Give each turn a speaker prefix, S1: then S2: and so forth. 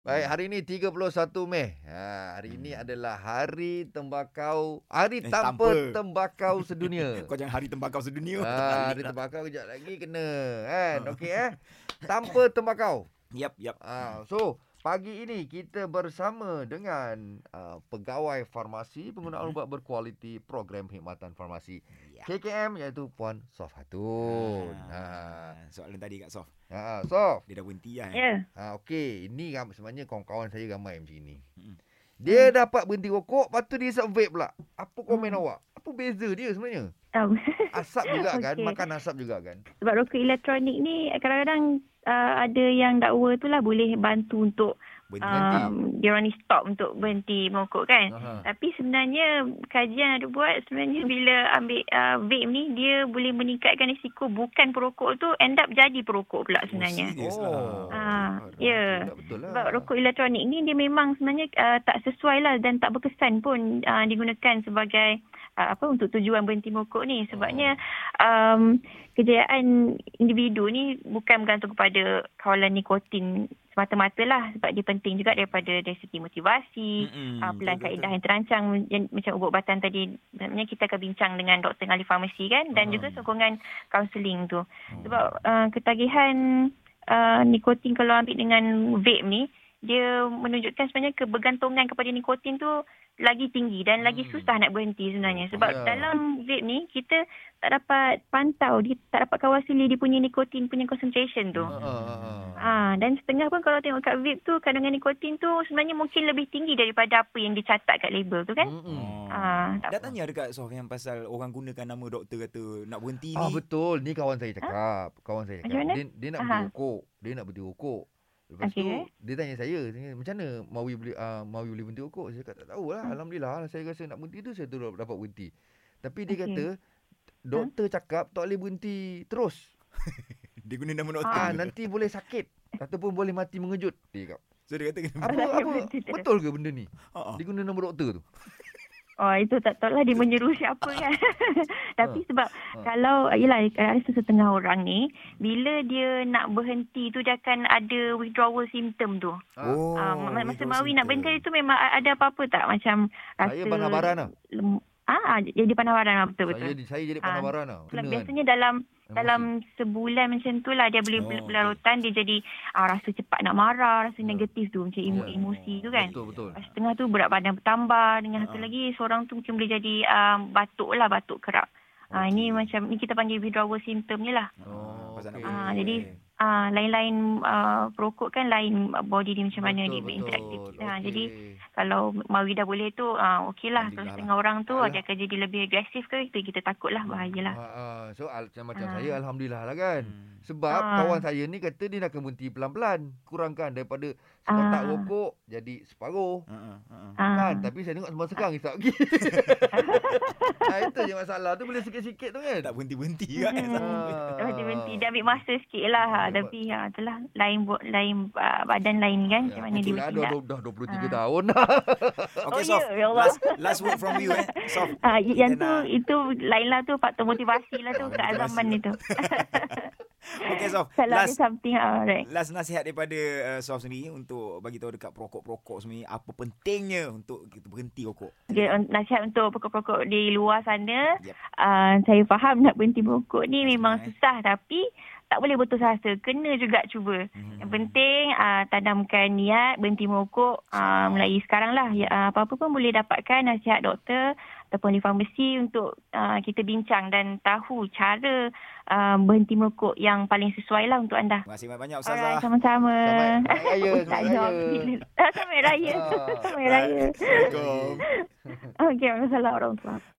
S1: Baik,
S2: Hmm.
S1: hari ini 31 Mei. Ha, hari ini adalah hari tembakau, hari
S2: Eh,
S1: tanpa,
S2: tanpa.
S1: tembakau sedunia.
S2: Kau lah. jangan hari tembakau sedunia.
S1: ha, hari tembakau kejap lagi kena kan.
S2: Oh.
S1: Okey eh. Tanpa tembakau.
S2: Yap, yap.
S1: Ha, so pagi ini kita bersama dengan uh, pegawai farmasi penggunaan ubat berkualiti program khidmatan farmasi
S2: Hmm. Ya.
S1: KKM iaitu puan Sofatun. Ha.
S2: Ah, Soalan tadi Kak Sof.
S1: Ha, so
S2: Dia dah berhenti lah. Eh?
S3: Ya.
S1: Ha, okey, ini ram- sebenarnya kawan-kawan saya ramai macam ni.
S2: Mm.
S3: Hmm.
S1: Dia dapat berhenti rokok, lepas tu dia isap vape pula. Apa komen
S3: Mm.
S1: awak? Apa beza dia sebenarnya?
S3: Tahu.
S1: Asap juga kan,
S3: Okey.
S1: makan asap juga kan.
S3: Sebab rokok elektronik ni kadang-kadang uh, ada yang dakwa tu lah boleh bantu untuk
S2: Berhenti.
S1: Berhenti. Ah.
S3: um, dia orang ni stop untuk berhenti merokok kan.
S1: Aha.
S3: Tapi sebenarnya kajian ada buat sebenarnya bila ambil uh, vape ni dia boleh meningkatkan risiko bukan perokok tu end up jadi perokok pula sebenarnya.
S2: serious
S1: Oh.
S2: lah.
S3: Ah, ya.
S1: Tak betul lah.
S3: Sebab rokok elektronik ni dia memang sebenarnya uh, tak sesuai lah dan tak berkesan pun uh, digunakan sebagai uh, apa untuk tujuan berhenti merokok ni sebabnya um, kejayaan individu ni bukan bergantung kepada kawalan nikotin semata-mata lah sebab dia penting juga daripada dari segi motivasi
S2: Mm-mm,
S3: uh,
S2: Hmm, betul,
S3: pelan kaedah
S2: betul.
S3: yang terancang yang, macam ubat-ubatan tadi sebenarnya kita akan bincang dengan doktor ahli farmasi kan dan
S1: Hmm.
S3: juga sokongan kaunseling tu
S2: Oh.
S3: sebab uh, ketagihan uh, nikotin kalau ambil dengan vape ni dia menunjukkan sebenarnya kebergantungan kepada nikotin tu lagi tinggi dan lagi
S1: Hmm.
S3: susah nak berhenti sebenarnya sebab
S1: Ya.
S3: dalam vape ni kita tak dapat pantau dia tak dapat kawasili dia punya nikotin punya concentration tu.
S1: Ha, ha, ha, ha.
S3: Ah dan setengah pun kalau tengok kat vape tu kandungan nikotin tu sebenarnya mungkin lebih tinggi daripada apa yang dicatat kat label tu kan.
S1: Mm-mm.
S2: Oh.
S3: Ah tak
S2: Dah tanya dekat Sof yang pasal orang gunakan nama doktor kata nak berhenti ni.
S1: Ah betul, ni kawan saya cakap. Kawan saya
S3: Macam
S1: cakap.
S3: mana?
S1: Dia, dia nak
S3: Aha.
S1: berhenti rokok. Dia nak berhenti rokok. Lepas okay. tu
S3: Okey.
S1: dia tanya saya, tanya, macam mana Mawi boleh uh, Mawi boleh berhenti rokok? Saya kata tak tahulah.
S3: Hmm.
S1: Alhamdulillah lah, saya rasa nak berhenti tu saya tu dapat berhenti. Tapi dia
S3: Okey.
S1: kata doktor cakap tak boleh berhenti terus.
S2: Dia guna nama doktor.
S1: Ah nanti boleh sakit ataupun boleh mati mengejut. Dia kata,
S2: So dia kata kena.
S1: apa
S3: Oh, Boleh
S1: apa
S3: berhenti terus.
S1: betul ke benda ni?
S2: Ha, ha.
S1: Dia guna nama doktor tu.
S3: Oh itu tak tahu lah dia menyeru siapa kan. Tapi sebab
S1: Ha.
S3: kalau yalah rasa setengah orang ni bila dia nak berhenti tu dia akan ada withdrawal symptom tu.
S2: Oh.
S3: Ah, ma- masa
S2: withdrawal
S3: Mawi nak
S2: symptom.
S3: berhenti tu memang a- ada apa-apa tak macam rasa
S1: Saya panabaran lah.
S3: lem- Ah, ah, jadi panabaran lah, betul
S1: Saya,
S3: betul.
S1: saya jadi
S3: Ah.
S1: panabaran lah.
S3: Sebab
S1: Kena kan?
S3: biasanya dalam
S1: Emosi.
S3: dalam sebulan macam tu lah dia boleh
S2: Oh,
S3: oh,
S2: okey.
S3: berlarutan dia jadi ah, rasa cepat nak marah rasa
S1: Ya.
S3: negatif tu macam emo-
S1: Ya.
S3: emosi tu kan
S1: Betul betul.
S3: Lepas Setengah tu berat badan bertambah dengan satu
S2: Ha.
S3: lagi seorang tu mungkin boleh jadi um, batuk lah, batuk kerap. Ah
S2: Okey.
S3: ini macam ni kita panggil withdrawal symptom ni lah.
S2: Ah, pasal nak
S1: Okey.
S2: berhenti.
S3: Ah, jadi Ah lain-lain ah, perokok kan lain body dia macam mana dia
S1: Betul,
S3: berinteraktif.
S1: betul.
S3: Ha,
S1: Okey.
S3: jadi kalau mawi dah boleh tu ah okey lah. Kalau
S2: Alhamdulillah
S3: setengah orang tu
S1: Alah.
S3: dia akan jadi lebih agresif ke itu kita takut lah bahayalah.
S1: Ha, ha. So al- macam, macam
S3: Ah.
S1: saya Alhamdulillah lah kan
S2: Hmm.
S1: Sebab
S3: Ah.
S1: kawan saya ni kata dia nak berhenti pelan-pelan Kurangkan daripada sekotak
S3: Ah.
S1: rokok jadi separuh
S2: Ha, ha, ha, ha.
S3: Ah.
S1: Kan tapi saya tengok semua sekarang isap lagi ha, Itu je masalah tu boleh sikit-sikit tu kan
S2: Tak berhenti-berhenti kan.
S1: Ah.
S3: Hmm. Berhenti-berhenti dia ambil masa sikit lah ha,
S1: Dia
S3: Tapi ha, itulah lain buat lain ah, badan lain kan Macam mana dia
S1: Ya, itulah,
S3: bertindak
S1: dah, dah 23
S3: Ah.
S1: tahun dah
S2: Okay,
S3: Oh,
S2: Sof.
S3: ya, ya Allah.
S2: Last, last word from you eh. Sof.
S3: Ah, y- yang
S2: Kita
S3: tu
S2: nak-
S3: itu lain lah tu faktor motivasi lah tu
S2: Ah,
S3: keazaman
S2: motivasi.
S3: itu.
S2: Okay, Sof.
S3: Kalau ada
S2: Last
S3: something ah, alright.
S2: Last nasihat daripada uh, Sof sendiri untuk bagi tahu dekat perokok-perokok semua ni apa pentingnya untuk kita berhenti rokok.
S3: Dia un- nasihat untuk pokok-pokok di luar sana.
S2: Yep.
S3: Uh, saya faham nak berhenti merokok ni memang
S2: Senang, eh.
S3: susah tapi tak boleh putus asa. Kena juga cuba.
S2: Hmm.
S3: Yang penting uh, tanamkan niat berhenti merokok uh, mulai sekarang lah. Ya, ah, apa-apa pun boleh dapatkan nasihat doktor ataupun di farmasi untuk uh, kita bincang dan tahu cara uh, berhenti merokok yang paling sesuai lah untuk anda.
S2: Terima kasih banyak-banyak
S3: Alright,
S2: Ustazah.
S3: sama-sama.
S1: Selamat Raya
S3: Ah. Tak
S1: Selamat
S3: jawab.
S1: Raya
S3: Selamat Raya.
S1: Ah.
S3: Selamat Raya.
S2: Assalamualaikum.
S3: Okey, Waalaikumsalam warahmatullahi